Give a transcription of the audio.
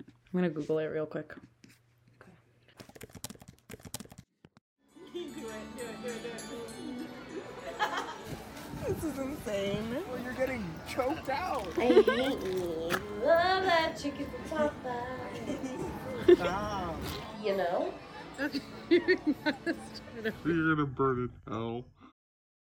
I'm gonna Google it real quick. This is insane. Well, you're getting choked out. I hate me. Love that chicken papa. Stop. You know? Okay, you're not a student. You're gonna burn in hell.